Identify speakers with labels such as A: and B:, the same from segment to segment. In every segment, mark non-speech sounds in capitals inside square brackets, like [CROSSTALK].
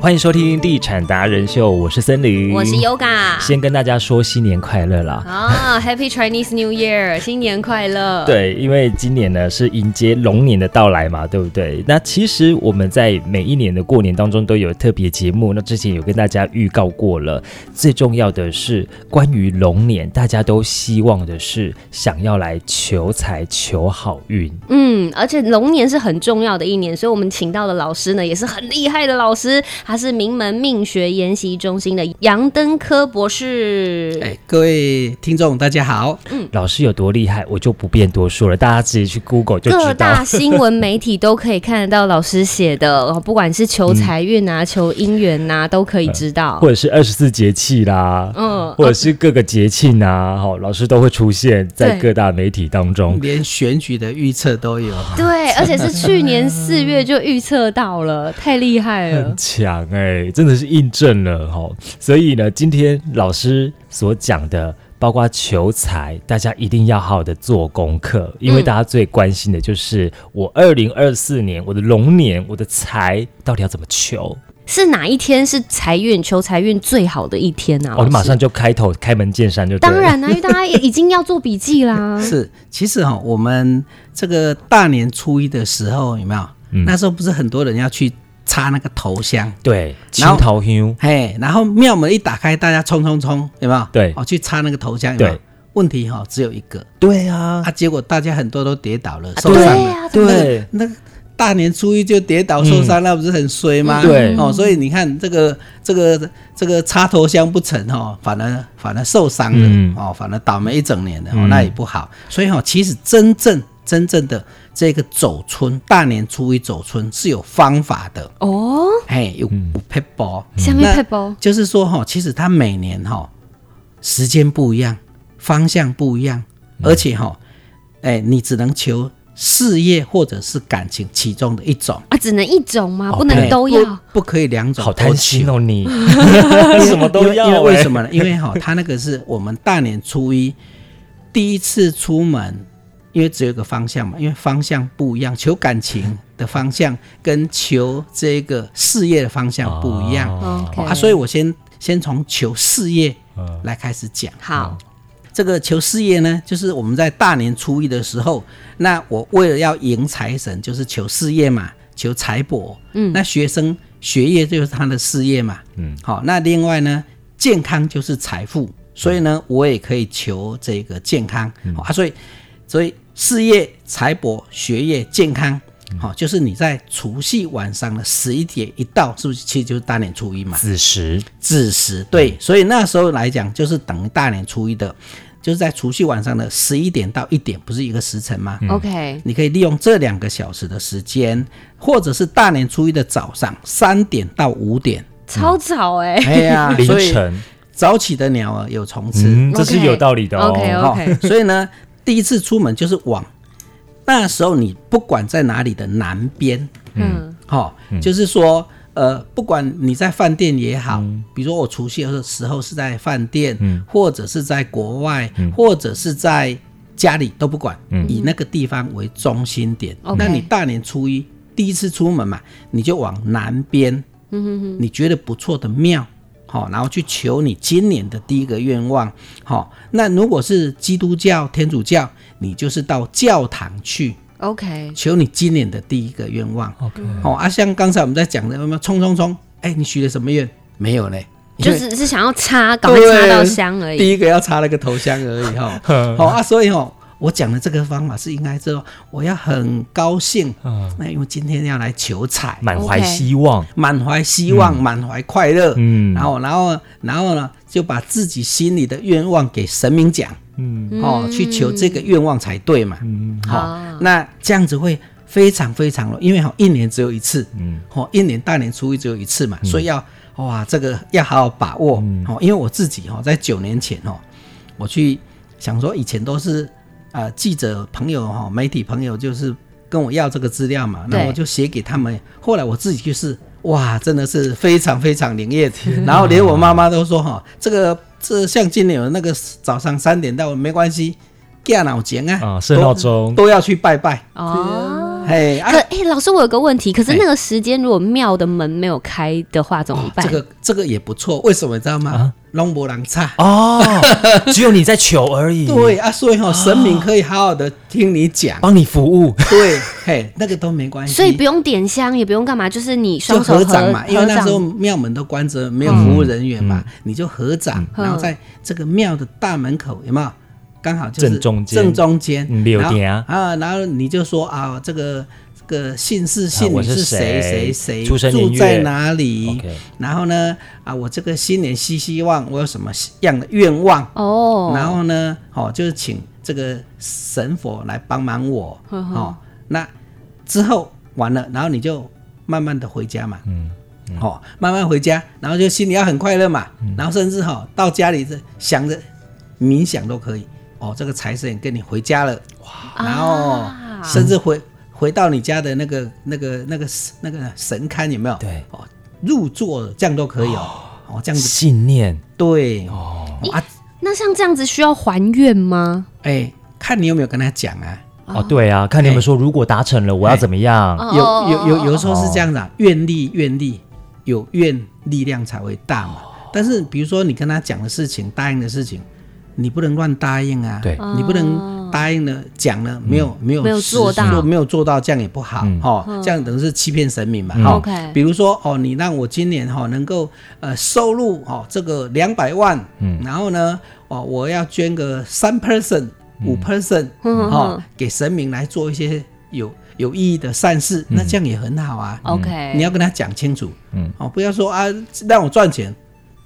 A: 欢迎收听《地产达人秀》，我是森林，
B: 我是 Yoga。
A: 先跟大家说新年快乐啦！
B: 啊、h a p p y Chinese New
A: [LAUGHS]
B: Year，新年快乐！，
A: 对，因为今年呢是迎接龙年的到来嘛，对不对？那其实我们在每一年的过年当中都有特别节目，那之前有跟大家预告过了。最重要的是，关于龙年，大家都希望的是想要来求财、求好运。
B: 嗯，而且龙年是很重要的一年，所以我们请到的老师呢也是很厉害的老师，他是名门命学研习中心的杨登科博士。
C: 哎，各位听众大家好，
A: 老师有多厉害，我就不便多说了，大家直接去 Google 就
B: 各
A: 知道
B: 大。新闻媒体都可以看得到老师写的，哦不管是求财运啊、求姻缘呐、都可以知道
A: 或。者是二十四节气啦，[LAUGHS]
B: 嗯，
A: 或者是各个节庆啊，好、老师都会出现在
B: 对
A: 各大媒体当中。
C: 连选举的预测都有，。
B: 对，而且是去年四月就预测到了，太厉害了
A: 很。强哎、真的是印证了哈、所以呢，今天老师所讲的，包括求财，大家一定要好好的做功课，因为
B: 嗯
A: 大家最关心的就是、我二零二四年我的龙年我的财到底要怎么求。
B: 是哪一天是财运求财运最好的一天呢、啊？
A: 哦，你
B: 老
A: 马
B: 师
A: 上就开头开门见山就对了
B: 当然啊啦、因为大家也已经要做笔记啦
C: [LAUGHS] 是，其实哈、我们这个大年初一的时候有没有？
A: 嗯
C: 那时候不是很多人要去插那个头香，
A: 对，青
C: 然后
A: 桃香
C: 嘿，然后庙门一打开，大家冲冲冲，有没有？
A: 对
C: 哦，去插那个头香，有没有
A: 对？
C: 问题哈、只有一个
A: 对啊
C: 啊，，结果大家很多都跌倒了，受
B: 对
C: 伤了。
B: 啊，
A: 对
B: 真的
C: 那个大年初一就跌倒受伤，那不是很衰吗？
A: 嗯对
C: 哦，所以你看这个这个这个插头香不成哦，反而反而受伤了、
A: 嗯
C: 哦，反而倒霉一整年的哦
A: 嗯，
C: 那也不好。所以哦，其实真正真正的这个走春，大年初一走春是有方法的，
B: 哦，
C: 哎，有
A: 嗯
C: p e b a
B: 下面配包
C: 就是说哈、其实它每年哈、时间不一样，方向不一样，
A: 嗯
C: 而且哈、哎，你只能求事业或者是感情其中的一种，
B: 啊，只能一种吗？
A: 哦
B: 不能
C: 哎
B: 嗯都要。
C: 不，不可以两种
A: 好
C: 都求。
A: 贪心哦你， [LAUGHS] 什么
C: 因
A: 都
C: 为因为
A: 要、欸，
C: 为什？么呢？因为哈、他那个是我们大年初一第一次出门，因为只有一个方向嘛，因为方向不一样，求感情的方向跟求这个事业的方向不一样、
A: 哦
B: OK
C: 啊，所以我先先从求事业
A: 嗯
C: 来开始讲。
B: 好，
C: 这个求事业呢，就是我们在大年初一的时候，那我为了要迎财神，就是求事业嘛，求财帛。
B: 嗯
C: 那学生学业就是他的事业嘛。
A: 嗯，
C: 好、那另外呢，健康就是财富，所以呢，我也可以求这个健康。好啊，所以所以事业、财帛、学业、健康。好、就是你在除夕晚上的十一点一到，是不是其实就是大年初一嘛？
A: 子时
C: 子
A: 嗯
C: 时，对，所以那时候来讲，就是等于大年初一的，就是在除夕晚上的十一点到一点，不是一个时辰吗？
A: 嗯
B: ，OK，
C: 你可以利用这两个小时的时间，或者是大年初一的早上三点到五
A: [LAUGHS]
C: 点。
B: 超早哎、
A: 嗯
C: 哎呀，
A: 凌
C: 所以
A: 晨，
C: 早起的鸟儿有虫吃。
A: 嗯，这是
B: OK
A: 有道理的哦。
B: OK，OK
C: 哦所以呢，第一次出门就是往那时候你不管在哪里的南边，
B: 嗯，
C: 哦，就是说，呃，不管你在饭店也好，比如说我除夕的时候是在饭店，
A: 嗯
C: 或者是在国外，或者是在家里都不管，以那个地方为中心点。
B: OK
C: 那你大年初一第一次出门嘛，你就往南边，嗯、你觉得不错的庙。好，然后去求你今年的第一个愿望。好、那如果是基督教、天主教，你就是到教堂去，
B: ，OK，
C: 求你今年的第一个愿望。哦啊，像刚才我们在讲的，有没有冲冲冲？哎，你许了什么愿？没有嘞，
B: 就
C: 因为
B: 只是想要插，赶快插到香而已。
C: 第一个要插那个头香而 [LAUGHS] 已哈。好、啊，所以哦，我讲的这个方法是应该是说，我要很高兴，哎
A: 嗯
C: 那因为今天要来求
A: [LAUGHS]
C: 财，
A: 满怀
B: OK
A: 希望，
C: 满怀希望，满怀快乐。
A: 嗯
C: 然后，然后，然后呢，就把自己心里的愿望给神明讲，
A: 嗯，
C: 哦，去求这个愿望才对嘛。好、
B: 啊
C: 那这样子会非常非常，因为哈、一年只有一次，
A: 嗯，
C: 哦，一年大年初一只有一次嘛，所以要哇，这个要好好把握、
A: 嗯
C: 哦，因为我自己哦，在九年前哦，我去想说以前都是啊、呃记者朋友哈、媒体朋友就是跟我要这个资料嘛，
B: 对
C: 那我就写给他们，后来我自己就是。哇，真的是非常非常灵验，
B: [LAUGHS]
C: 然后连我妈妈都说哈、这个这像今年有那个早上三点到没关系，架脑前啊，
A: 啊设闹钟
C: 都都要去拜拜，
B: 哦，
C: 嘿，啊
B: 可，哎、老师，我有个问题，可是那个时间如果庙的门没有开的话怎么办？
C: 啊这个这个也不错，为什么你知道
A: 啊
C: 吗？龙博狼差。
A: 哦， [LAUGHS] 只有你在求而已，
C: 对，啊，所以哈、神
B: 哦
C: 明可以好好的听你讲，
A: 帮你服务。
C: 对，嘿，那个都没关系。
B: 所以不用点香，也不用干嘛，就是你
C: 哎就
B: 双手
C: 合
B: 合
C: 掌嘛，因为
B: 合
C: 那
B: 掌
C: 时候庙门都关着，没有服务人员嘛，你就合掌，
B: 嗯
C: 然后在这个庙的大门口有没有？刚好就是
A: 正中间
C: 正中间
A: 嗯，六
C: 然后
A: 点啊
C: 啊，然后你就说啊，这个这个姓氏姓
A: 啊我
C: 名
A: 是
C: 是谁
A: 谁
C: 谁谁，
A: 出生年
C: 住
A: 月
C: 在哪里
A: OK？
C: 然后呢，啊，我这个新年希希望我有什么样的愿望？
B: 哦，
C: 然后呢，哦，就是请这个神佛来帮忙我，
B: 呵呵
C: 哦，那之后完了，然后你就慢慢的回家嘛，嗯，哦，慢慢回家，然后就心里要很快乐嘛，然后甚至哈、哦、到家里这想着冥想都可以，哦，这个财神也跟你回家了，哇，然后
B: 啊
C: 甚至回。回到你家的那个、那个、那个、那个神龛有没有？
A: 对，
C: 哦，入座这样都可以哦。哦，这样子
A: 信念
C: 对哦
A: 哦
C: 啊，
B: 那像这样子需要还愿吗？
C: 哎，看你有没有跟他讲啊。
A: 哦，对啊，看你们说，如果达成了，我要怎么样？
B: 哦
C: 有有有有时候是这样的、啊，愿力愿力有愿力量才会大嘛。但是比如说你跟他讲的事情，答应的事情，你不能乱答应啊。
A: 对
C: 你不能答应了讲了没有没有
B: 没有
C: 实
B: 做到
C: 做没有做到，这样也不好
A: 嗯
C: 哦。这样等于是欺骗神明嘛。
A: 嗯
C: 哦
B: OK
C: 比如说哦，你让我今年哈、哦、能够呃收入哦这个两百万，嗯，然后呢哦我要捐个三 person 五 person
B: 嗯
C: 哦给神明来做一些有有意义的善事，那这样也很好啊。
B: OK，
C: 你要跟他讲清楚，
A: 嗯
C: 嗯，哦，不要说啊让我赚钱，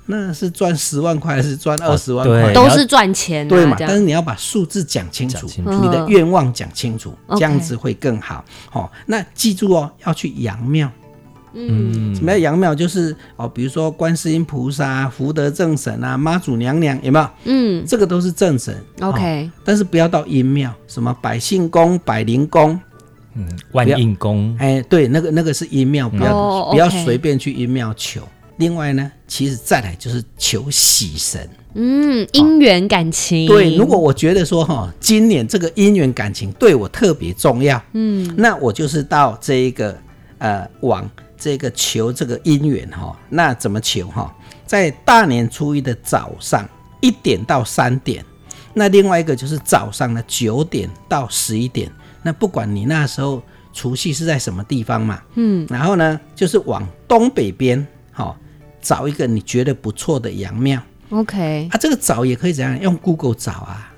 C: 那是赚十万块还是赚二十万
A: 哦
C: 块
A: 对？
B: 都是赚钱、啊，
C: 对嘛？
B: 这
C: 但
B: 样
C: 是你要把数字讲清
A: 讲
C: 楚，
A: 清
B: 楚
C: 你的
B: 嗯
C: 愿望讲清楚，
B: OK
C: 这样子会更好。哦，那记住哦，要去阳庙。
B: 嗯，
C: 什么叫阳庙？就是哦，比如说观世音菩萨、福德正神啊、妈祖娘娘，有没有？
B: 嗯
C: 这个都是正神。哦
B: ，OK，
C: 但是不要到阴庙，什么百姓宫、百灵宫，
A: 嗯，万应宫
C: 哎，对，那个那个是阴庙，不要、
B: 哦
C: 不要
B: OK
C: 随便去阴庙求。另外呢，其实再来就是求喜神。
B: 嗯，姻缘感情，
C: 对，如果我觉得说哈、今年这个姻缘感情对我特别重要，
B: 嗯，
C: 那我就是到这一个呃往这个求这个姻缘哈、那怎么求哈、在大年初一的早上一点到三点，那另外一个就是早上的九点到十一点，那不管你那时候除夕是在什么地方嘛，嗯，然后呢就是往东北边好、找一个你觉得不错的洋庙。
B: OK，
C: 啊，这个找也可以怎样？用 Google 找啊，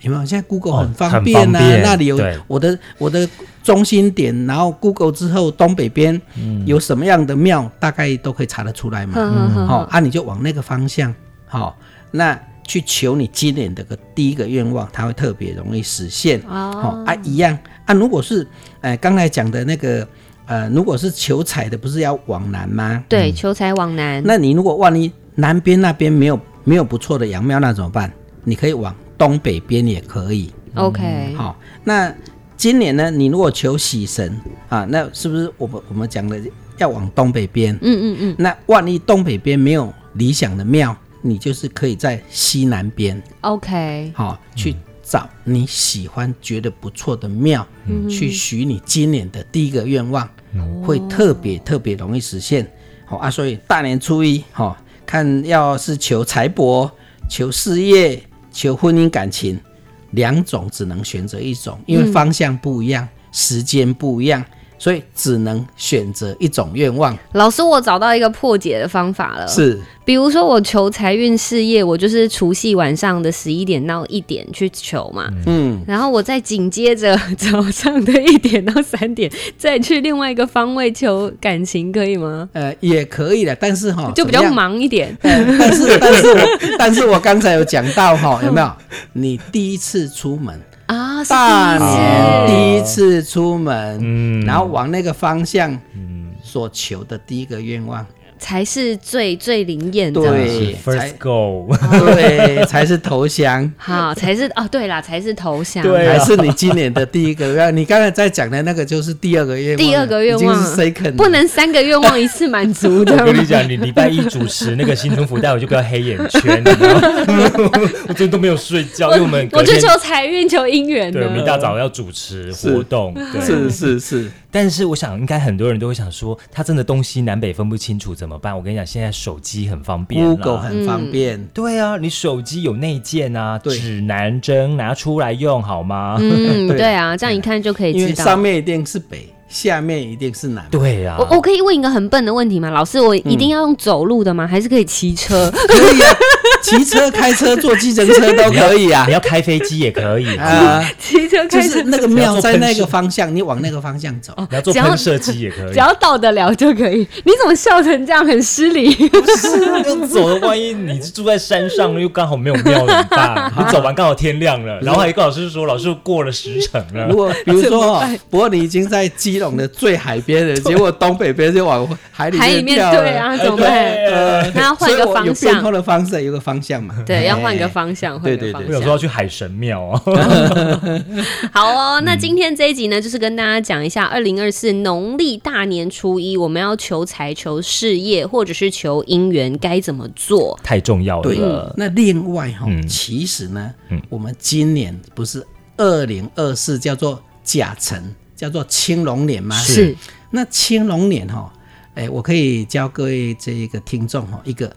C: 有没有？现在 Google
A: 哦
C: 很方便呐、
A: 很方便
C: 那里有
A: 对
C: 我的我的中心点，然后 Google 之后东北边
A: 嗯
C: 有什么样的庙，大概都可以查得出来嘛。
B: 呵呵呵
C: 好、啊，你就往那个方向，好、那去求你今年的个第一个愿望，它会特别容易实现。好、
B: 哦，
C: 啊，一样啊。如果是呃刚才讲的那个呃，如果是求财的，不是要往南吗？
B: 对，求财往南，
C: 那你如果万一南边那边没有没有不错的洋庙，那怎么办？你可以往东北边也可以。
B: OK，
C: 嗯好、那今年呢，你如果求喜神啊，那是不是我们我们讲的要往东北边？
B: 嗯嗯嗯
C: 那万一东北边没有理想的庙，你就是可以在西南边
B: ，OK，
C: 好、去找你喜欢、觉得不错的庙，
B: 嗯
C: 去许你今年的第一个愿望，
B: 哦
C: 会特别特别容易实现。好、啊，所以大年初一，哈、看要是求财帛、求事业、求婚姻感情，两种只能选择一种，因
B: 嗯
C: 为方向不一样，时间不一样，所以只能选择一种愿望。
B: 老师，我找到一个破解的方法了，
C: 是，
B: 比如说我求财运事业，我就是除夕晚上的十一点到一点去求嘛，
C: 嗯，
B: 然后我再紧接着早上的一点到三点再去另外一个方位求感情，可以吗？
C: 呃，也可以的，但是哈、
B: 就比
C: 哦怎
B: 较
C: 么样
B: 忙一点。
C: 但是，但是我，但是我刚才有讲
B: [LAUGHS]
C: 到哈，有没有？你第一次出门，
B: 啊，是
C: 大年
B: 第一次
C: 第一次出门，
A: 嗯
C: 然后往那个方向所求的第一个愿望，
B: 才是最最灵验的。
C: 对
A: 是
C: 才
A: first
C: [LAUGHS]
A: go，
C: 对，才是投降。
B: 好，才是哦，对啦，才是投降。
A: 对啊
C: 还是你今年的第一个愿望？你刚才在讲的那个就是第二个愿望了，啊
B: 第二个愿
C: 已经
B: 望
C: 是 second，了
B: 不能三个愿望一次满足的
A: 我。跟你讲，你礼拜一主持那个新春福袋，我就不要黑眼圈，你知道吗 [LAUGHS] 我真的都没有睡觉，因为我们
B: 我
A: 隔
B: 就
A: 天
B: 求财运，求姻缘
A: 对，我们一
B: 的。
A: 大早要主持活动，对。
C: 是是是，
A: 但是我想，应该很多人都会想说，他真的东西南北分不清楚怎么办？我跟你讲，现在手机很方便啦
C: Google 很方便，
B: 嗯
A: 对啊，你手机有内建啊，
C: 对
A: 指南针拿出来用好吗？
B: 嗯，
C: 对
B: 对啊，这样一看就可以
C: 因
B: 知
C: 为
B: 道。
C: 上面一定是北，下面一定是南。
A: 对啊，
C: 哦
B: 我我可以问一个很笨的问题吗？老师，我一定要用走路的吗？还是可以骑车？
C: 可以啊，骑车、开车、坐计程车都可以
B: [LAUGHS]
C: 啊
A: 你。要开飞机也可以，
C: [LAUGHS]
A: 你
C: 啊，
B: [LAUGHS] 骑车
C: [LAUGHS] 就
B: 开哦
C: 是
B: 车，
C: 那个庙在那个方向，你往那个方向走。
A: 要做
B: 只要
A: 喷射机也可以
B: 只。
C: [LAUGHS]
B: 要到得了就可以。你怎么笑成这样，很失 [LAUGHS] 礼？
A: 要走了，万一你是住在山上，又刚好没有庙怎么
C: [LAUGHS]
A: 办？你走完刚好天亮了，然后还跟老师说，老师过了时辰
C: 如
A: 了。
B: 啊
C: 果比如说哦，不过你已经在基隆的最海边了，结果东北边就往海里
B: 海里面
C: 跳了
B: 对，啊，
A: 哎
B: 怎么办？
A: 对
C: 呃，
B: 那要换一个
C: 所以我
B: 方
C: 有变通
B: 向，
C: 的方式，有个方向嘛。
B: 对，要换一个方向，换一
C: 对
B: 个方
C: 对
A: 我想说
B: 向
A: 要。去海神庙啊，
B: 好哦，那今天这一集呢，就是跟大家讲一下，二零二四农历大年初一，我们要求财、求事业，或者是求姻缘，该怎么做？
A: [LAUGHS] 太重要
C: 对
A: 了。，
C: 那另外哈
A: 嗯，
C: 其实呢，我们今年不是二零二四叫做甲辰，叫做青龙年吗？
B: 是
C: 那青龙年哈、哎，我可以教各位这一个听众哈、一个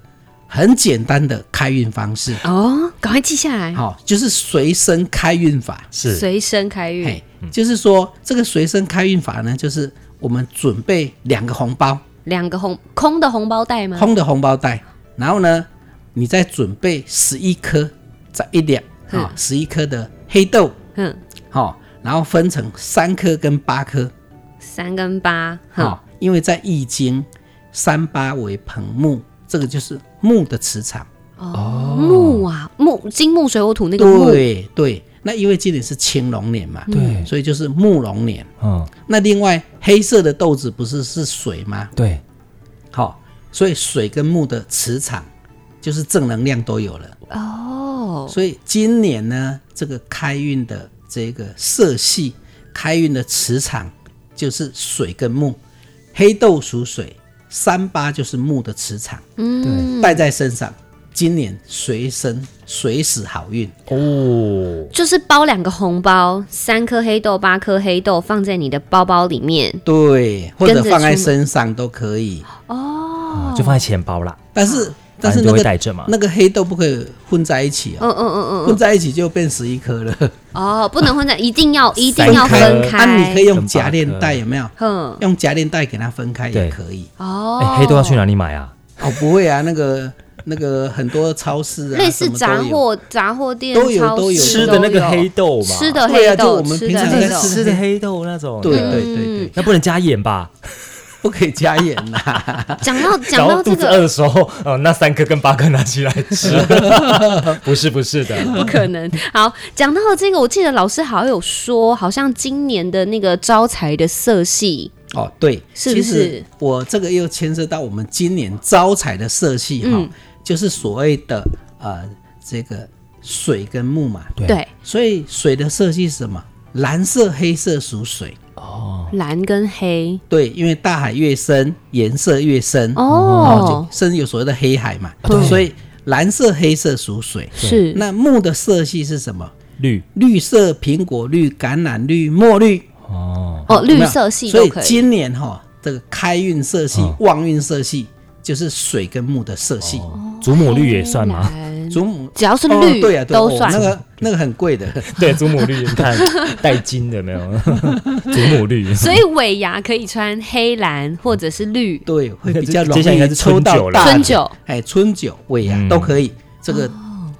C: 很简单的开运方式，
B: 哦，赶快记下来，
C: 好、就是随身开运法。
A: 是
B: 随身开运。
C: 嘿，就是说这个随身开运法呢，就是我们准备两个红包，
B: 两个红空的红包袋吗？
C: 空的红包袋，然后呢，你再准备十一颗，再一两
B: 嗯
C: 啊，十一颗的黑豆，
B: 嗯，
C: 好、然后分成三颗跟八颗，
B: 三跟八，
C: 好、
B: 好，
C: 因为在易经三八为朋木，这个就是木的磁场。
B: 哦，木啊，木金木水火土那个木，嗯
C: 对对，那因为今年是青龙年嘛，
A: 对
C: 所以就是木龙年。
A: 嗯，
C: 那另外黑色的豆子不是是水吗？
A: 对，
C: 好、所以水跟木的磁场就是正能量都有了。
B: 哦，
C: 所以今年呢，这个开运的这个色系，开运的磁场就是水跟木，黑豆属水，三八就是木的磁场，
B: 嗯，
C: 带在身上。今年随身随时好运，
A: 哦，
B: 就是包两个红包，三颗黑豆，八颗黑豆放在你的包包里面，
C: 对，或者
B: 跟着
C: 放在
B: 出门
C: 身上都可以。
B: 哦，
A: 啊就放在钱包啦，
C: 但
B: 啊
C: 是但
A: 反
C: 是
A: 正都
C: 那
A: 会
C: 个
A: 带着嘛。
C: 那个黑豆不可以混在一起哦，
B: 嗯嗯嗯嗯
C: [LAUGHS] 混在一起就变十一颗了。
B: 嗯，哦，不能混在，一定要一定
A: 三
B: [LAUGHS] 要
A: 颗
B: 分
C: 那、啊你可以
B: 开，
C: 用夹链带，有没有？
B: 哼，
C: 用夹链带给它分开
A: 对
C: 也可以。
B: 哦
A: 哎，，黑豆要去？哪里买啊？
C: [LAUGHS] 哦，不会啊，那个那个很多超市啊，
B: 类似
C: 什么都
B: 杂
C: 有。
B: 货杂货店
C: 都有
B: 超
C: 都有
B: 市
A: 吃的那个黑豆嘛，
B: 吃的
C: 对啊
B: 黑
C: 就我
B: 豆，
C: 们
B: 吃
C: 平
B: 的
C: 常
B: 黑
C: 在
B: 豆，
C: 吃
A: 吃的黑豆那种，
C: 对
B: 嗯
C: 对对对，
A: 那不能加盐吧？
C: 不可以加盐呐。
B: 讲到讲
A: 然
B: 到
A: 后
B: 这
A: 肚子
B: 个
A: 饿。的时候， [LAUGHS] 呃，那三颗跟八颗拿起来吃， [LAUGHS] 不是不是的，
B: 不可能。好，讲到这个，我记得老师好像有说，好像今年的那个招财的色系，
C: [LAUGHS] 哦，对，
B: 是不
C: 其
B: 是
C: 实我这个又牵涉到我们今年招财的色系哈、
B: 嗯
C: 就是所谓的呃这个水跟木嘛，
A: 对
B: 对，
C: 所以水的色系是什么？蓝色、黑色属水，
B: 蓝跟黑
C: 对，因为大海越深，颜色越深，
B: 哦，
C: 甚至有所谓的黑海嘛，
A: 对
C: 所以蓝色、黑色属水。
B: 是
C: 那木的色系是什么？
A: 绿
C: 绿色、苹果绿、橄榄绿、墨绿，
A: 哦，
B: 哦，
C: 有没
B: 绿
C: 有
B: 色系
C: 所
B: 都
C: 以
B: 可以。
C: 今年哈、这个开运色系、
A: 嗯
C: 旺运色系就是水跟木的色系。
A: 祖母绿也算吗？
B: 蓝
C: 祖母
B: 只要是
C: 哦
B: 绿
C: 对啊，对啊
B: 都
C: 哦
B: 算
C: 那个那个很贵的，
A: [LAUGHS]
C: [LAUGHS]
A: 对，祖母绿，你看带金的没有？ [LAUGHS] 祖母绿，
B: 所以尾牙可以穿黑蓝或者是绿
C: 对，会比较容
A: 接下来应该
C: 易
A: 是
C: 抽
A: 春
C: 到
A: 酒了
C: 大
B: 春
C: 的
B: 酒，哦
C: 哎，春酒、尾牙、
A: 嗯
C: 都可以。这个、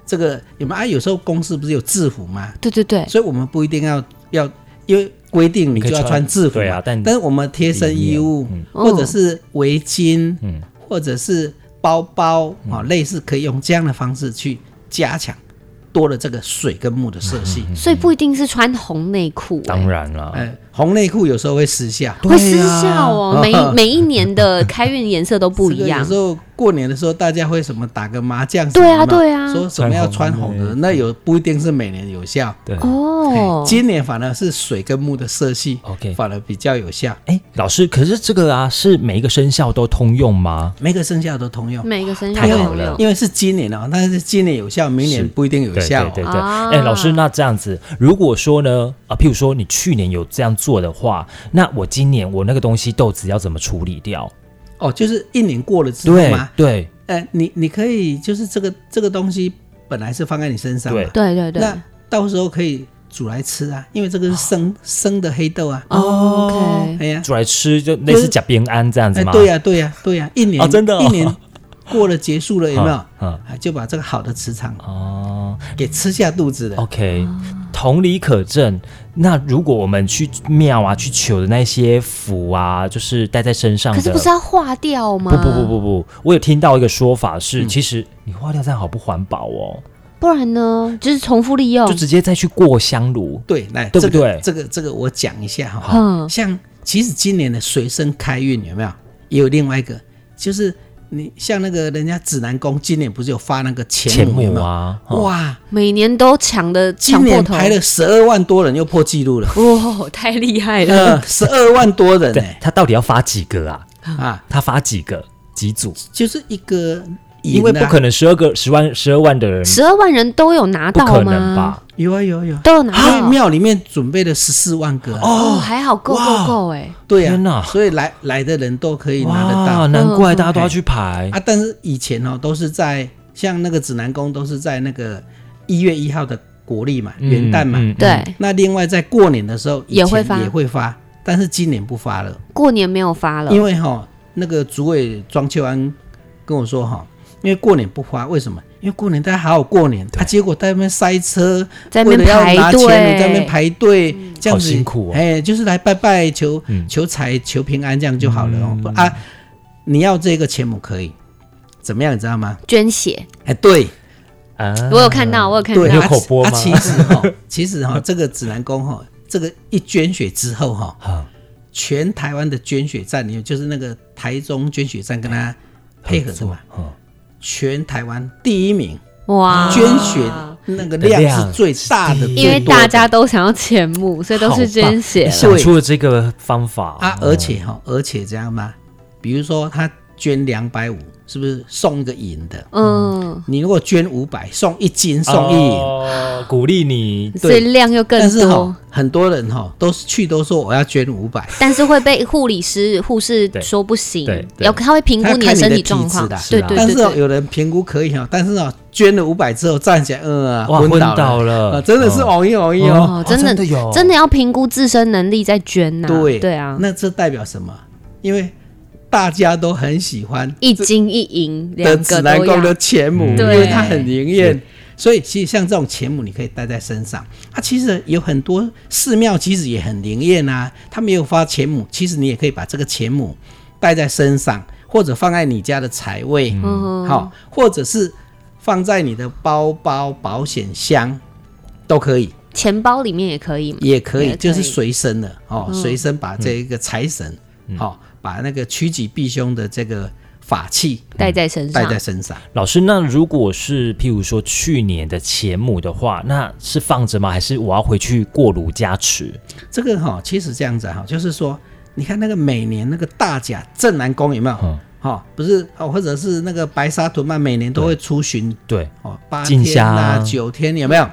C: 这个你们啊，有时候公司不是有制服吗？
B: 对对对，
C: 所以我们不一定要要，因为规定你
A: 你可以
C: 就要
A: 穿
C: 穿制服嘛
A: 对啊但
C: 但是我们贴身衣物
A: 里面
B: 哦
C: 或者是围巾，
A: 嗯
C: 或者是包包啊、哦类似可以用这样的方式去加强。多了这个水跟木的色系。
A: 嗯
B: 所以不一定是穿红内裤、欸，
A: 当然啦，
C: 呃，红内裤有时候会失效，啊
B: 会失效哦。每每一年的开运颜色都不一样
C: [LAUGHS] 这个有时，候过年的时候，大家会什么打个麻将什么
B: 对
C: 嘛？
B: 啊对啊
C: 说什么要穿红的，那有不一定是每年有效。
A: 对。
B: 哦
C: 嘿。今年反而是水跟木的色系
A: OK
C: 反而比较有效，
A: 哎，老师，可是这个啊，是每一个生肖都通用吗？
C: 每个生肖都通
A: 嗯
C: 用。
B: 每个生肖
A: 太
B: 都
A: 好
B: 有
A: 了
C: 因为是今年哦，但是今年有效，明
A: 是
C: 年不一定有
A: 对
C: 效、哦
A: 对对对，
B: 啊
A: 哎、老师，那这样子，如果说呢，啊，譬如说你去年有这样做的话，那我今年我那个东西豆子要怎么处理掉？
C: 哦，就是一年过了之后
A: 对
C: 嘛，
A: 对
C: 呃，你你可以就是这个这个东西本来是放在你身上嘛，
A: 对
B: 对对对，
C: 那到时候可以煮来吃啊，因为这个是生、生的黑豆啊，
B: 哦，OK，
C: 哎呀，
A: 煮来吃就类似假边安这样子
C: 哎，
A: 吗？
C: 对呀、对呀、对呀、一年、
A: 哦真的哦
C: 一年过了结束了有没
A: [LAUGHS]
C: 有？
A: 嗯嗯
C: 啊，就把这个好的磁场
A: 哦
C: 给吃下肚子了。
A: ，OK，同理可证。那如果我们去庙啊，去求的那些符啊，就是带在身上的，
B: 可是不是啊要化掉吗？
A: 不不不，不不，我有听到一个说法
C: 嗯
A: 是，其实你花掉这样好不环保哦，
B: 不然呢，就是重复利用
A: 就，直接再去过香炉。
C: 对，来，
A: 对不
C: 这个
A: 对
C: 这个这个我讲一下哈、
B: 嗯
C: 像其实今年的随身开运有没有？也有另外一个，就是你像那个人家指南宫今年不是有发那个
A: 钱
C: 钱母有
A: 母
C: 没有
A: 啊，哦
C: 哇，
B: 每年都抢的抢
C: 今
B: 破
C: 年
B: 头，，
C: 排了十二万多人又破纪录了
A: [LAUGHS]
B: 哇，太厉害了！
C: 呃，十二万多人
A: 对
C: 哎、
A: 他到底要发几个啊？
C: 啊，
A: 他发几个几组？
C: 就是一个赢啊、
A: 因为不可能十二个十万十二万的人，
B: 十二万人都有拿
A: 不
B: 到吗？
A: 可能吧？
C: 有啊有啊有啊，
B: 都有拿
C: 因为
B: 到。
C: 庙里面准备了十四万个啊、
B: 哦，还好够够够哎！
C: 对
A: 天哪
C: 啊，所以来来的人都可以拿得
A: 哇，
C: 到
A: 难怪大家都要去排
C: 啊。但是以前哦，都是在像那个指南宫都是在那个一月一号的国历嘛，元旦嘛。
A: 嗯嗯
B: 对，
C: 那另外在过年的时候以前
B: 也会发
C: 也会发，但是今年不发了，
B: 过年没有发了，
C: 因为哈、那个主委庄秋安跟我说哈、因为过年不发，为什么？因为过年大家好好过年，啊，结果在那边塞车，
B: 在那
C: 为
B: 边
C: 了要拿
B: 排
C: 钱，
B: 队，嗯
C: 在那边排队，这样子
A: 好辛苦哦
C: 哎，就是来拜拜求、
A: 嗯
C: 求财求平安这样就好了哦、
A: 嗯
C: 啊！你要这个钱母可以怎么样？你知道吗？
B: 捐血。
C: 哎，对
A: 啊，
B: 我有看到，我有看
C: 对，
A: 你有
B: 到
C: 啊
A: 口播吗
C: 啊其实哈， [LAUGHS] 其实哈，这个指南宫哈，这个一捐血之后哈，
A: 好
C: 全台湾的捐血站里面，就是那个台中捐血站跟
A: 哎
C: 他配合的嘛，
A: 合作嗯
C: 全台湾第一名，
B: 哇！
C: 捐血那个量是最大的，
B: 啊因为
C: 最多的
B: 大家都想要钱母，所以都是捐血
A: 你
B: 了。
A: 想出了这个方法
C: 啊，而且哈，而且这样嘛，比如说他捐两百五，是不是送一个银的？
B: 嗯，
C: 你如果捐五百，送一金送一银。
A: 哦鼓励你
B: 所以量又更
C: 但是哈
B: 多，，
C: 很多人哈都是去都说我要捐五百，
B: 但是会被护理师、护士
A: 对
B: 说不行
A: 对，对
B: 要他会评估
C: 他
B: 你
C: 看你
B: 身
C: 的
B: 体
C: 体
B: 状
C: 质
B: 况。
C: 的
B: 对
A: 是啊
B: 对
C: 但
B: 对
C: 是哦
B: 对，
C: 有人评估可以哈，但是哦捐了五百之后站起来，嗯啊，
A: 哇
C: 昏
A: 昏倒了
C: 啊真的是
A: 嗯
C: 哦一哦一哦。
B: 哦真的
A: 有
B: 真的要评估自身能力再捐呐。
C: 对
B: 对啊，
C: 那这代表什么？因为大家都很喜欢
B: 一金一银
C: 的
B: 两
C: 指
B: 个
C: 南
B: 都
C: 宫
B: 要
C: 的。钱母，
A: 嗯
C: 因
B: 对
C: 为它很灵验。所以其实像这种钱母，你可以带在身上。它、其实有很多寺庙，其实也很灵验啊。他没有发钱母，其实你也可以把这个钱母带在身上，或者放在你家的财位，好、
B: 嗯
C: 或者是放在你的包包、保险箱，都可以，
B: 钱包里面也可以嘛。
C: 也可以，
B: 也可以嗯
C: 就是随身的哦，随身把这一个财神，好、把那个趋吉避凶的这个法器
B: 带在身
C: 带
B: 上，
C: 在身上。
A: 老师，那如果是譬如说去年的钱母的话，那是放着吗？还是我要回去过炉加持？
C: 这个哈、其实这样子哈、就是说，你看那个每年那个大甲镇南宫有没有？哈、
A: 嗯
C: 不是哦，或者是那个白沙屯嘛，每年都会出巡
A: 对，
C: 哦，八
A: 进
C: 天
A: 香
C: 啦、
A: 啊
C: 九天有没有？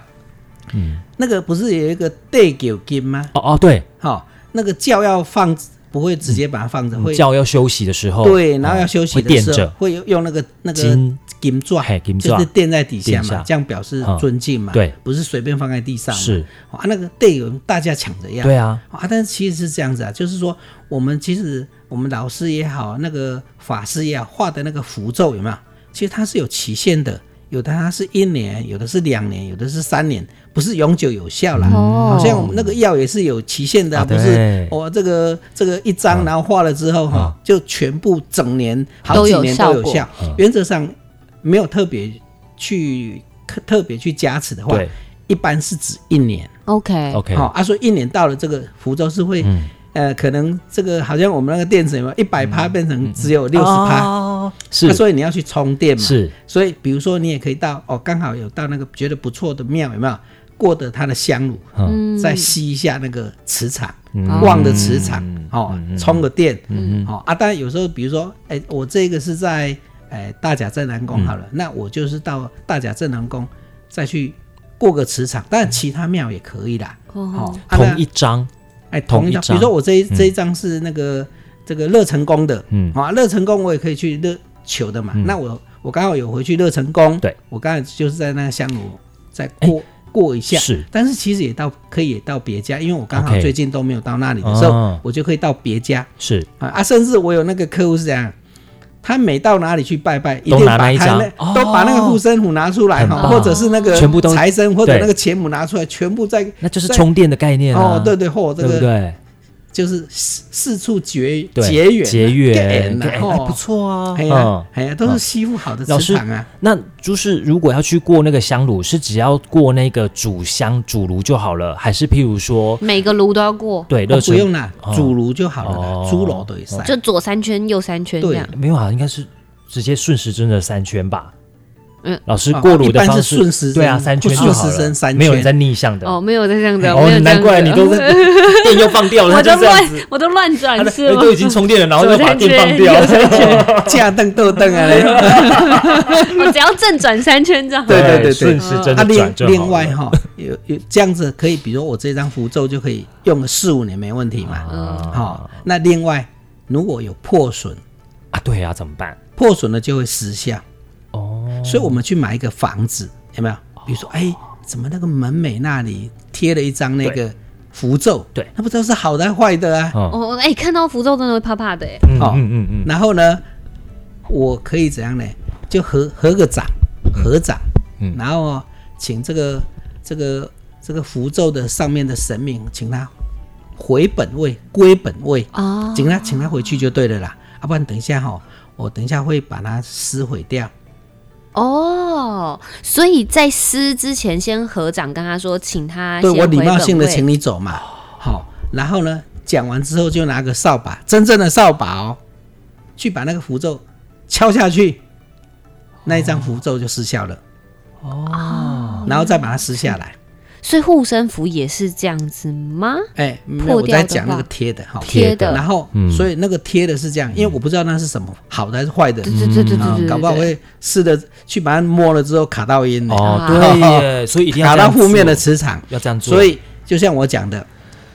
C: 嗯，那个不是有一个对九金吗？
A: 哦哦，对，
C: 哈、那个教要放，不会直接把它放着，会
A: 觉要休息的时候，嗯
C: 对，
A: 哦
C: 然后要休息
A: 会
C: 的
A: 垫
C: 时候
A: 着，
C: 会用那个那个
A: 金
C: 金钻
A: 嘿，金
C: 就
A: 钻
C: 是垫在底下
A: 垫下
C: 嘛，这样表示
A: 嗯
C: 尊敬嘛，
A: 对，
C: 不是随便放在地上嘛，
A: 是，
C: 啊，那个队友大家抢着要，
A: 对啊，
C: 啊，但是其实是这样子啊，就是说我们其实我们老师也好，那个法师也好，画的那个符咒有没有？其实它是有期限的，有的它是一年，有的是两年，有的是三年，不是永久有效啦。
B: 哦
C: 好像我们那个药也是有期限的、
A: 啊
C: 啊，不是
A: 对
C: 我、哦、这个这个一张，
A: 啊
C: 然后画了之后哈、
A: 啊
C: 就全部整年好几年
B: 都有效
C: 都有
B: 果
C: 效，原则上没有特别去特特别去加持的话
A: 对，
C: 一般是指一年。
B: OK，
A: ，OK，
C: 好、啊，所以一年到了这个福州是会，
A: 嗯
C: 呃，可能这个好像我们那个电池有没有一百趴变成只有六十趴，
A: 哦
C: 那
A: 嗯是
C: 所以你要去充电嘛。
A: 是
C: 所以比如说你也可以到哦，刚好有到那个觉得不错的庙有没有？过得它的香炉，
A: 嗯
C: 再吸一下那个磁场，
B: 哦
C: 旺的磁
A: 嗯
C: 场，哦，充个电，哦啊，当然有时候比如说，哎，我这个是在哎大甲镇南
A: 嗯
C: 宫好了，那我就是到大甲镇南宫再去过个磁场，当然其他庙也可以啦，哦，啊那
A: 同一张，
C: 哎，同一
A: 同
C: 张，
A: 一张
C: 比如说我这一这一张是那个、这个乐成宫的，
A: 嗯
C: 啊，乐成宫我也可以去乐求的嘛。那我我刚好有回去乐成宫，
A: 对，哎
C: 我刚才就是在那个香炉再过、过一下，
A: 是
C: 但是其实也到可以也到别家，因为我刚好
A: OK
C: 最近都没有到那里的时候
A: 哦
C: 我就可以到别家
A: 是
C: 啊啊，甚至我有那个客户是这样。他每到哪里去拜拜，一
A: 都
C: 定
A: 拿
C: 把
A: 那
C: 他
A: 一张哦
C: 都把那个护身符拿出来
A: 很
C: 哈，
A: 棒
C: 或者是那个
A: 全部都
C: 财神或者
A: 对
C: 那个钱母拿出来，全部在
A: 那就是
C: 在
A: 充电的概念啊
C: 哦，对对，或这
A: 对不
C: 个
A: 对？
C: 就是四四处结
A: 对
C: 结缘啊
A: 结缘，
C: 缘
A: 对哎
C: 啊，
A: 那
C: 哦
A: 不，错啊，
C: 哎
A: 嗯
C: 呀哎呀，都是吸附好的
A: 老师
C: 磁场啊。
A: 那就是如果要去过那个香炉，是只要过那个主香主炉就好了，还是譬如说，
B: 每个炉都要过，
A: 对，
C: 哦
A: 热
C: 不
A: 成
C: 用啦
A: 哦，
C: 主炉就好了
A: 哦
C: 啦，猪楼都也晒
B: 就。左三圈右三圈这
C: 对
B: 样。
A: 没有啊，应该是直接顺时针的三圈吧。
B: 嗯
A: 老师
C: 哦
A: 过炉的
C: 一般是
A: 方式
C: 顺时针
A: 对啊，三圈
C: 不
A: 就好
C: 顺时
A: 了
C: 针，三
A: 没有
C: 圈哎
A: 人在逆向的。
B: 哦，没有在这样子，没有
A: 哦
B: 这样子啊
A: 难怪你
B: [LAUGHS]
A: 都是电又放掉了，
B: 我
A: 他
B: 都
A: 就这样
B: 乱
A: 子，
B: 我都乱转
A: 他的 [LAUGHS]
B: 是吗？
A: 都已经充电了，然后
B: 左
A: 就把
B: 三
A: 电放
B: 圈
A: 掉
B: [LAUGHS] 右。三圈，
C: 架凳斗凳啊嘞，
A: [LAUGHS]
B: 我只要正转三圈就好。
C: 对对对对
A: 顺时针
C: 啊
A: 的
C: 另
A: 转就好了
C: 另外哈，有有这样子可以，比如我这张符咒就可以用个四五年没问题嘛。
B: 嗯
A: 啊
C: 好，那另外如果有破损，
A: 啊，对啊，怎么办？
C: 破损了就会失效。
A: 哦，
C: 所以我们去买一个房子，有没有？比如说，哎、怎么那个门楣那里贴了一张那个符咒？
A: 对
C: 那不知道是好的还是坏的啊。
A: 哦，
B: 哦，哎，看到符咒真的会怕怕的哎。
A: 嗯
C: 好
A: 嗯嗯嗯
C: 然后呢，我可以怎样呢？就合合个掌，合掌，
A: 嗯
C: 然后哦请这个这个这个符咒的上面的神明，请他回本位，归本位，
B: 哦，
C: 请他请他回去就对了啦。要、不然等一下哈、我等一下会把它撕毁掉。
B: 哦，所以在撕之前先合掌，跟他说，请他
C: 对
B: 先
C: 我礼
B: 回
C: 貌
B: 本
C: 性的
B: 位
C: 请你走嘛。好、然后呢，讲完之后就拿个扫把，真正的扫把哦，去把那个符咒敲下去，那一张符咒就失效了。哦，然后再把它撕下来。
B: 所以护身符也是这样子吗？
C: 哎，没有，
B: 破
C: 我
B: 掉的
C: 在讲那个
B: 话
C: 贴的哈。
A: 贴
B: 贴的，
C: 然后，
A: 嗯
C: 所以那个贴的是这样，因为我不知道那是什么，好的还是坏的
B: 对，对对对对
C: 啊
B: 对，
C: 搞不好
B: 对
C: 会试着去把它摸了之后卡到音呢，
A: 哦，
B: 啊
A: 对耶，所以一定要
C: 卡
A: 这
C: 到
A: 样
C: 负面的
A: 做
C: 磁场。
A: 要这样做，
C: 所以就像我讲的，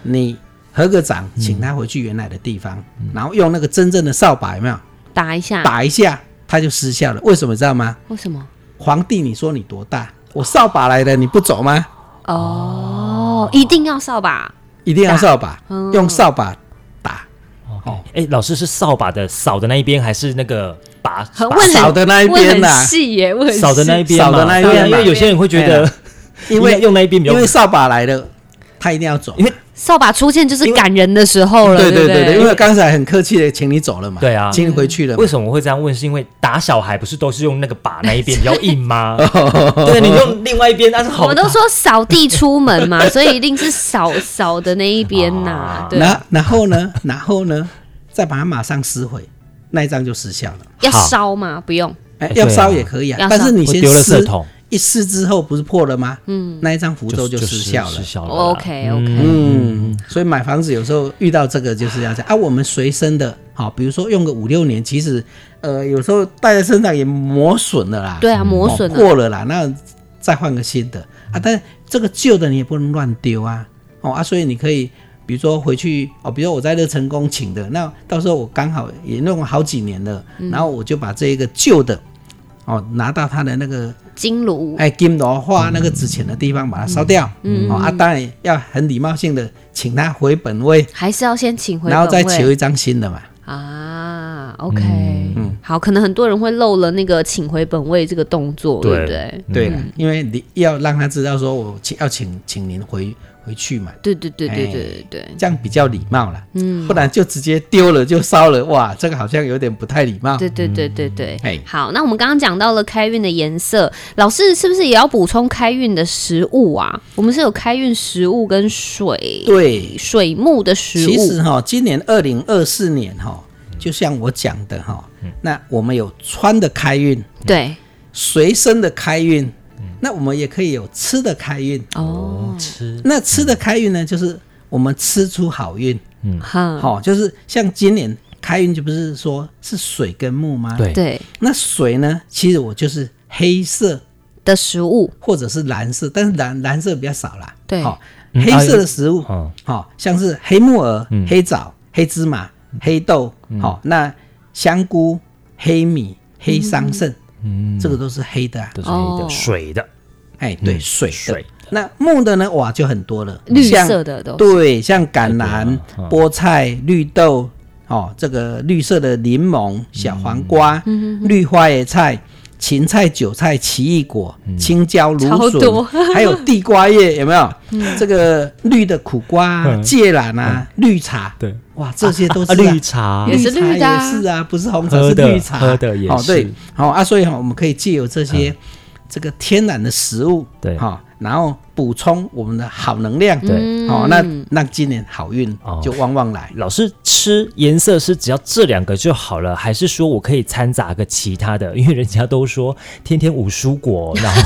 C: 你合个掌，请他回去原来的地方，
A: 嗯
C: 然后用那个真正的扫把，有没有
B: 打一下，
C: 打一下，它就失效了。为什么知道吗？
B: 为什么？
C: 皇帝，你说你多大？我扫把来的，你不走吗？
B: 哦，一定要扫把，
C: 一定要扫把
B: 打嗯，
C: 用扫把打，
A: 哦，哎，老师是扫把的扫的那一边，还是那个把
B: 很
A: 把
B: 问
C: 扫的那一
B: 问
C: 边
B: 很
C: 呐，
B: 细耶，问很
A: 扫的那一
B: 细
A: 边
C: 扫
A: 嘛
C: 的那一
A: 对啊
C: 边
A: 因
C: 嘛
A: 为有些人会觉
C: 哎
A: 得
C: 呀，因为
A: 应该用那一边比较
C: 因为扫把来的，他一定要走，
A: 嗯因为
B: 扫把出现就是
C: 因为
B: 感人的时候了，
C: 对
B: 对
C: 对
B: 不
C: 对对，因为刚才很客气的请你走了嘛，
A: 对啊
C: 请你回去了嘛，
A: 为什么我会这样问？是因为打小孩不是都是用那个把那一边比较硬
C: [LAUGHS]
A: 吗？
C: 啊
A: 对，你用另外一边那是
B: 我
A: 好
B: 们
A: 的
B: 都说扫地出门嘛， [LAUGHS] 所以一定是扫扫的那一边
A: 啊
B: 呐，对，
C: 然然后呢，然后呢，再把它马上撕毁，那一张就失效了。
B: 要
A: 好
B: 烧吗？不用，
A: 哎
C: 哎，要
A: 对啊
C: 烧也可以
B: 要
C: 啊，但
B: 烧
C: 是你
A: 我
C: 先
A: 丢了色
C: 撕，
A: 桶，
C: 一撕之后不是破了吗？嗯，那一张符咒就失效了
A: 失。效了啦。
B: OK，OK
A: 嗯
C: 嗯，所以买房子有时候遇到这个就是这样子啊。我们随身的，好，比如说用个五六年，其实呃有时候带在身上也磨损了啦，
B: 对啊，磨损
C: 哦
B: 了，
C: 过了啦，那再换个新的啊。但这个旧的你也不能乱丢啊，哦啊，所以你可以比如说回去哦，比如说我在乐成功请的，那到时候我刚好也弄了好几年了，
B: 嗯
C: 然后我就把这个旧的哦拿到他的那个
B: 金炉
C: 哎金罗画那个值钱的地方把它烧掉，嗯哦啊，当然要很礼貌性的请他回本位，
B: 还是要先请回本位，
C: 然后再求一张新的嘛。
B: 啊，OK，嗯，好，可能很多人会漏了那个请回本位这个动作，对不
A: 对
B: 对？
C: 对了，因为你要让他知道说我请要请请您回回去嘛，
B: 对对对对
C: 哎
B: 对对对，
C: 这样比较礼貌啦。
B: 嗯
C: 不。然就直接丢了就烧了，哇，这个好像有点不太礼貌。
B: 对对对对对，
C: 哎
B: 好，那我们刚刚讲到了开运的颜色，老师是不是也要补充开运的食物啊？我们是有开运食物跟水，
C: 对，
B: 水木的食物，
C: 其实哈、今年二零二四年哈、就像我讲的哈、那我们有穿的开运，
B: 对
C: 随身的开运，那我们也可以有吃的开运。嗯
B: 哦，
A: 吃
C: 那吃的开运呢，就是我们吃出好运，
B: 哈，
C: 好、就是像今年开运就不是说是水跟木吗？，
A: 对
B: 对
C: 那水呢，其实我就是黑色
B: 的食物，
C: 或者是蓝色，但是蓝蓝色比较少啦。
B: 对
C: 好、
A: 嗯
C: 黑色的食物，好、
A: 哦
C: 像是黑木耳、黑枣、黑芝麻、黑豆，好、那香菇、黑米、黑桑葚，
A: 嗯
C: 这个都是黑的、啊。
A: 都是黑
B: 哦
A: 的水的
C: 哎，对，
A: 嗯
C: 水的。
A: 水
C: 那木的呢？哇，就很多了，
B: 绿
C: 像
B: 色的都
C: 对，像橄
A: 太
C: 榄、
A: 多了嗯
C: 菠菜、绿豆，哦，这个绿色的柠檬、小黄瓜、
A: 嗯
B: 嗯
C: 绿花椰菜、芹菜、韭菜、奇异果、
A: 嗯
C: 青椒、芦
B: 超多嗯
C: 笋， [LAUGHS] 还有地瓜叶，有没有？这个绿的苦瓜、
A: 嗯
C: 芥兰啊、绿茶，
A: 对，
C: 哇，这些都是
A: 啊
C: 啊
A: 绿茶
B: 也是
C: 茶
B: 绿的啊
C: 也是啊，不是红茶，
A: 喝
C: 是
A: 的
C: 绿茶，
A: 喝的也
C: 哦，对
A: 是，嗯
C: 好、啊，所以哈、我们可以借由这些、这个天然的食物，
A: 对
C: 哈、然后补充我们的好能量，
A: 对
B: 嗯
C: 哦，那那今年好运
A: 哦
C: 就旺旺来。
A: 老师吃颜色是只要这两个就好了，还是说我可以掺杂个其他的？因为人家都说天天五蔬果，然后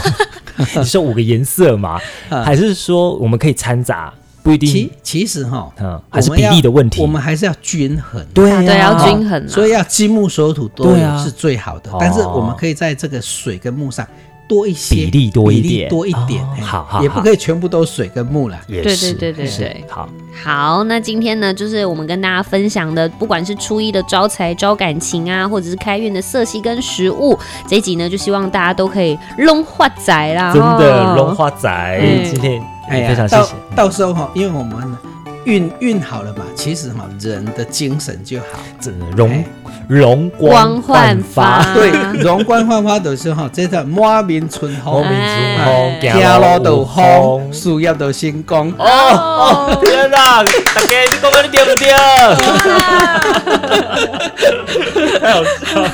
A: [LAUGHS] 你说五个颜色嘛，还是说我们可以掺杂？不一定
C: 其，其实哈、
A: 嗯，
C: 我
A: 还是
C: 们
A: 比
C: 要
A: 例的问题。
C: 我们还是要均衡。
A: 对
B: 大家要
A: 啊
B: 均衡啊，
C: 所以要金木水火土都
A: 对啊
C: 有是最好的，但是我们可以在这个水跟木上多一些
A: 比例多一
C: 比
A: 点
C: 例多一点，
A: 哦
C: 哎
A: 好好嗯
C: 也不
A: 好
C: 可以全部都水跟木了。
A: 也
B: 对
A: 是，
B: 对对对
A: 是
B: 对
A: 好，
B: 好，那今天呢，就是我们跟大家分享的，不管是初一的招财、招感情啊，或者是开运的色系跟食物，这一集呢，就希望大家都可以龙化宅啦，
A: 真的
B: 哦
A: 龙。花仔
B: 嗯
A: 今天
C: 哎
A: 也非常
C: 呀，
A: 谢
C: 到
A: 谢。
C: 到时候哈，因为我们运运好了嘛，其实哈，人的精神就好。
A: 这容
C: 哎
A: 容光
B: 光焕
A: 焕
B: 发
A: 发，
C: 对，容光焕发的时候，这叫满面春
A: 我
C: 风
A: 民，
B: 哎
A: 族
C: 走
A: 风，
C: 路
A: 有
C: 都风，事业都成功。
A: 哦哦，天哪！大家你讲的你对不对？太好笑了！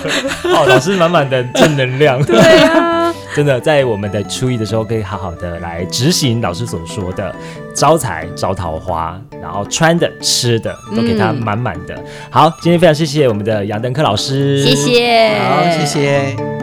A: 哦，老师满满的正能量，
B: [LAUGHS] 对啊，
A: 真的在我们的初一的时候，可以好好的来执行老师所说的招财、招桃花，然后穿的、吃的都给它满满的。好，今天非常谢谢我们的杨登科老师，
B: [LAUGHS] 谢谢，
C: 好，谢。谢。